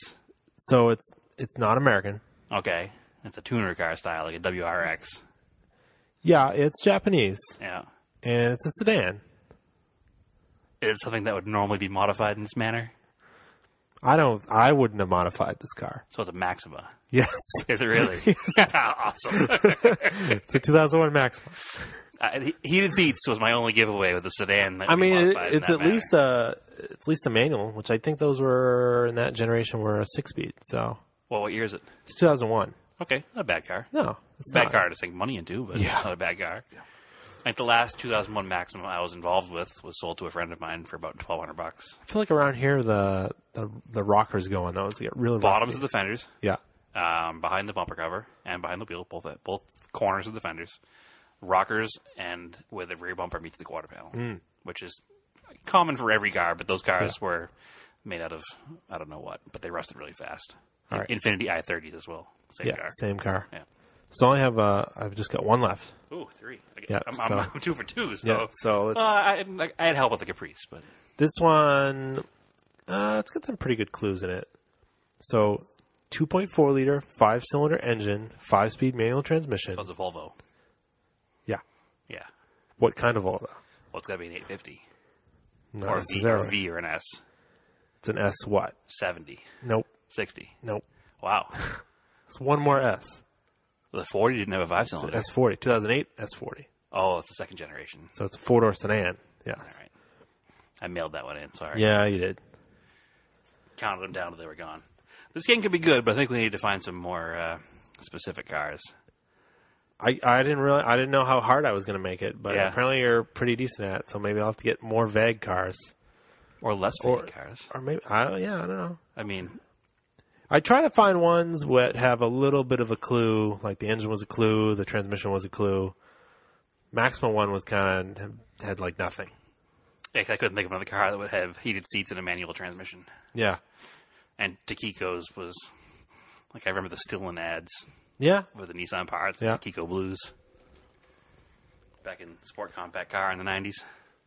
Speaker 1: so it's it's not American.
Speaker 2: Okay, it's a tuner car style, like a WRX.
Speaker 1: Yeah, it's Japanese
Speaker 2: Yeah,
Speaker 1: and it's a sedan.
Speaker 2: is it something that would normally be modified in this manner.
Speaker 1: I don't. I wouldn't have modified this car. *laughs*
Speaker 2: So it's a Maxima.
Speaker 1: Yes,
Speaker 2: Is
Speaker 1: *laughs*
Speaker 2: it really? *laughs* awesome.
Speaker 1: it's a 2001 Maxima.
Speaker 2: Uh, he- heated seats was my only giveaway with the sedan. That
Speaker 1: I
Speaker 2: we
Speaker 1: mean, it,
Speaker 2: modified in
Speaker 1: it's
Speaker 2: that
Speaker 1: at
Speaker 2: manner.
Speaker 1: least a it's at least a manual, which I think those were in that generation were a six speed. So
Speaker 2: Well, what year is it?
Speaker 1: it's 2001.
Speaker 2: Okay, not a bad car.
Speaker 1: No, it's
Speaker 2: Bad
Speaker 1: not.
Speaker 2: car to sink money into, but
Speaker 1: Yeah.
Speaker 2: not a bad car. Like the last 2001 Maxima I was involved with was sold to a friend of mine for about 1,200 bucks.
Speaker 1: I feel like around here the the, the rockers go on those. They get really
Speaker 2: Bottoms
Speaker 1: rusty.
Speaker 2: of the fenders,
Speaker 1: yeah.
Speaker 2: um, behind the bumper cover, and behind the wheel, both at both corners of the fenders, rockers, and where the rear bumper meets the quarter panel,
Speaker 1: Hmm.
Speaker 2: which is common for every car. But those cars were made out of I don't know what, but they rusted really fast.
Speaker 1: All right.
Speaker 2: Infinity i30s as well, same
Speaker 1: Yeah,
Speaker 2: car.
Speaker 1: same car.
Speaker 2: Yeah.
Speaker 1: So I only have uh, I've just got one left.
Speaker 2: Ooh, three. Okay,
Speaker 1: Yeah,
Speaker 2: I'm,
Speaker 1: so-
Speaker 2: I'm, I'm two for two. So,
Speaker 1: Yeah. So let's.
Speaker 2: Uh, I, I- I had help with the Caprice, but
Speaker 1: This one, uh, it's got some pretty good clues in it. So, 2.4 liter, five cylinder engine, five speed manual transmission.
Speaker 2: that was a Volvo.
Speaker 1: Yeah.
Speaker 2: Yeah,
Speaker 1: What kind of Volvo?
Speaker 2: well, it's got to be an 850
Speaker 1: Not
Speaker 2: or a V, or a
Speaker 1: necessarily.
Speaker 2: V or an S,
Speaker 1: It's an S what?
Speaker 2: 70,
Speaker 1: Nope.
Speaker 2: 60.
Speaker 1: Nope.
Speaker 2: Wow, *laughs*
Speaker 1: It's one more S.
Speaker 2: the 40 didn't have a five
Speaker 1: It's an
Speaker 2: cylinder.
Speaker 1: S40. 2008 S40.
Speaker 2: Oh, it's the second generation.
Speaker 1: So, it's a four door sedan. Yeah.
Speaker 2: All right. I mailed that one in. Sorry.
Speaker 1: Yeah, you did.
Speaker 2: Counted them down till they were gone. This game could be good, but I think we need to find some more uh, specific cars.
Speaker 1: I, I didn't really I didn't know how hard I was going to make it, but
Speaker 2: Yeah.
Speaker 1: apparently you're pretty decent at it. So maybe I'll have to get more vague cars,
Speaker 2: Or less
Speaker 1: Or-
Speaker 2: vague cars.
Speaker 1: or maybe I yeah I don't know.
Speaker 2: I mean,
Speaker 1: I try to find ones that have a little bit of a clue, like the engine was a clue, the transmission was a clue. Maxima one was kind of had like nothing.
Speaker 2: I couldn't think of another car that would have heated seats and a manual transmission.
Speaker 1: Yeah,
Speaker 2: And Takiko's was, like, I remember the Stillin ads
Speaker 1: yeah,
Speaker 2: with the Nissan parts,
Speaker 1: Yeah.
Speaker 2: and Takiko Blues. Back in Sport Compact Car in the 90s.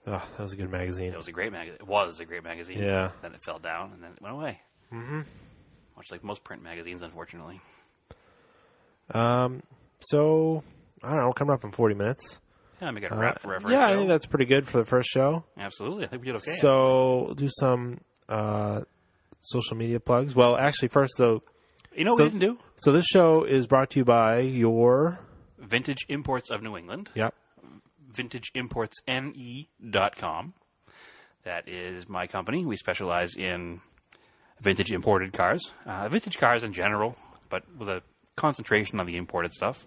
Speaker 1: oh, that was a good magazine.
Speaker 2: It was a great magazine. It was a great magazine.
Speaker 1: Yeah.
Speaker 2: Then it fell down, and then it went away. Mm-hmm. Much like most print magazines, unfortunately.
Speaker 1: So I don't know, coming up in forty minutes.
Speaker 2: Yeah, I mean, got a wrap for reference.
Speaker 1: yeah, I think that's pretty good for the first show.
Speaker 2: Absolutely. I think we did okay.
Speaker 1: So we'll do some uh, social media plugs. Well, actually, first though,
Speaker 2: you know what
Speaker 1: so-
Speaker 2: we didn't do?
Speaker 1: so this show is brought to you by your
Speaker 2: Vintage Imports of New England.
Speaker 1: yep
Speaker 2: VintageImportsNE.com. E That is my company. We specialize in vintage imported cars, uh, vintage cars in general, but with a concentration on the imported stuff.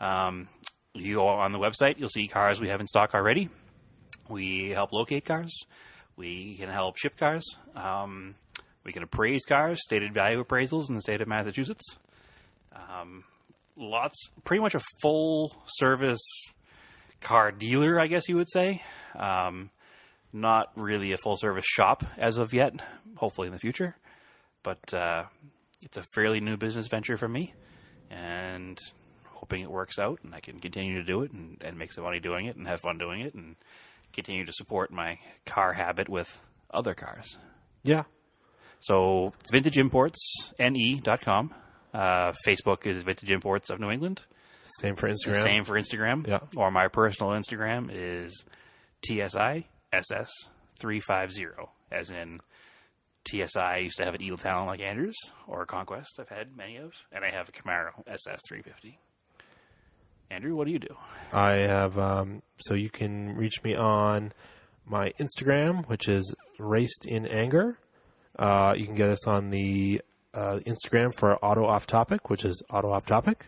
Speaker 2: Um, if you go on the website, you'll see cars we have in stock already. We help locate cars. We can help ship cars. Um, we can appraise cars, stated value appraisals in the state of Massachusetts. Um, lots, pretty much a full service car dealer, I guess you would say. Um, not really a full service shop as of yet, hopefully in the future. But uh, it's a fairly new business venture for me and hoping it works out and I can continue to do it and, and make some money doing it and have fun doing it and continue to support my car habit with other cars.
Speaker 1: yeah
Speaker 2: So it's vintageimportsne.com. Uh, Facebook is Vintage Imports of New England.
Speaker 1: same for Instagram.
Speaker 2: Same for Instagram.
Speaker 1: Yeah.
Speaker 2: Or my personal Instagram is TSISS350, as in TSI I used to have an Eel Talon like Andrews or a Conquest. I've had many of, and I have a Camaro SS350. Andrew, what do you do?
Speaker 1: I have um, so you can reach me on my Instagram, which is raced in anger. Uh, you can get us on the uh, Instagram for Auto Off Topic, which is Auto Off Topic.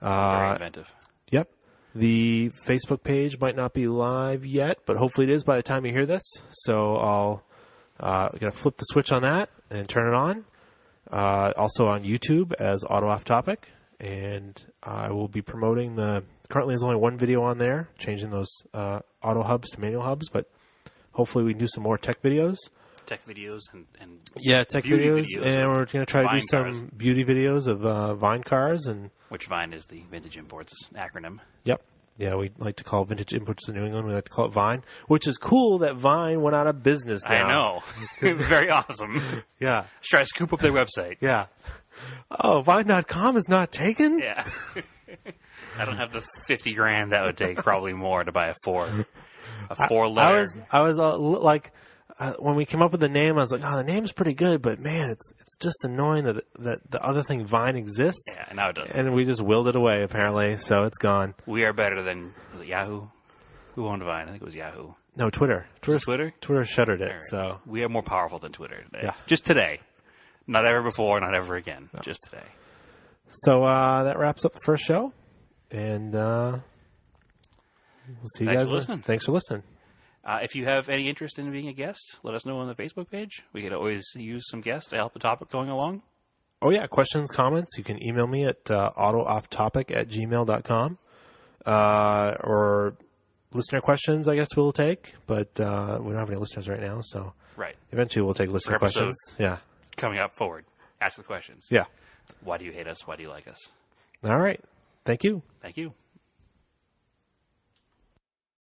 Speaker 2: Very
Speaker 1: Uh,
Speaker 2: inventive.
Speaker 1: yep. The Facebook page might not be live yet, but hopefully it is by the time you hear this. So I'll uh, gonna flip the switch on that and turn it on. Uh, also on YouTube as Auto Off Topic, and I will be promoting the. Currently, there's only one video on there, changing those uh, auto hubs to manual hubs, but hopefully we can do some more tech videos.
Speaker 2: Tech videos and, and
Speaker 1: Yeah, tech
Speaker 2: Beauty
Speaker 1: videos,
Speaker 2: videos
Speaker 1: and we're going to try to
Speaker 2: Vine
Speaker 1: do some
Speaker 2: cars.
Speaker 1: beauty videos of uh, Vine cars, and
Speaker 2: which Vine is the vintage imports acronym.
Speaker 1: yep, yeah, we like to call vintage inputs to New England. We like to call it Vine, which is cool that Vine went out of business. Now.
Speaker 2: I
Speaker 1: *laughs*
Speaker 2: know. *laughs* It's very awesome.
Speaker 1: Yeah,
Speaker 2: Try to scoop up their website.
Speaker 1: yeah. *laughs* Oh, Vine.com is not taken. *laughs*
Speaker 2: Yeah. I don't have the 50 grand that would take, probably more, to buy a four. A four
Speaker 1: I
Speaker 2: letter.
Speaker 1: was, I was uh, l- like, uh, when we came up with the name, I was like, oh, the name's pretty good, but man, it's it's just annoying that that the other thing Vine exists,
Speaker 2: Yeah, now it doesn't.
Speaker 1: and we just willed it away apparently, so it's gone.
Speaker 2: We are better than was it Yahoo. Who owned Vine? I think it was Yahoo.
Speaker 1: No, Twitter, Twitter,
Speaker 2: Twitter.
Speaker 1: Twitter shuttered it.
Speaker 2: All right.
Speaker 1: So
Speaker 2: we are more powerful than Twitter. Today.
Speaker 1: Yeah.
Speaker 2: Just today, not ever before, not ever again. Just today.
Speaker 1: So uh, that wraps up the first show, and uh, we'll see you
Speaker 2: Thanks
Speaker 1: guys.
Speaker 2: for listening.
Speaker 1: Thanks for listening.
Speaker 2: Uh, if you have any interest in being a guest, let us know on the Facebook page. We could always use some guests to help the topic going along.
Speaker 1: Oh yeah, questions, comments. You can email me at uh, autoofftopic at gmail uh, or listener questions. I guess we'll take, but uh, we don't have any listeners right now, so
Speaker 2: Right.
Speaker 1: eventually we'll take listener
Speaker 2: Per episode.
Speaker 1: questions. Yeah,
Speaker 2: Coming up forward, ask the questions.
Speaker 1: yeah.
Speaker 2: Why do you hate us? Why do you like us?
Speaker 1: All right. Thank you.
Speaker 2: Thank you.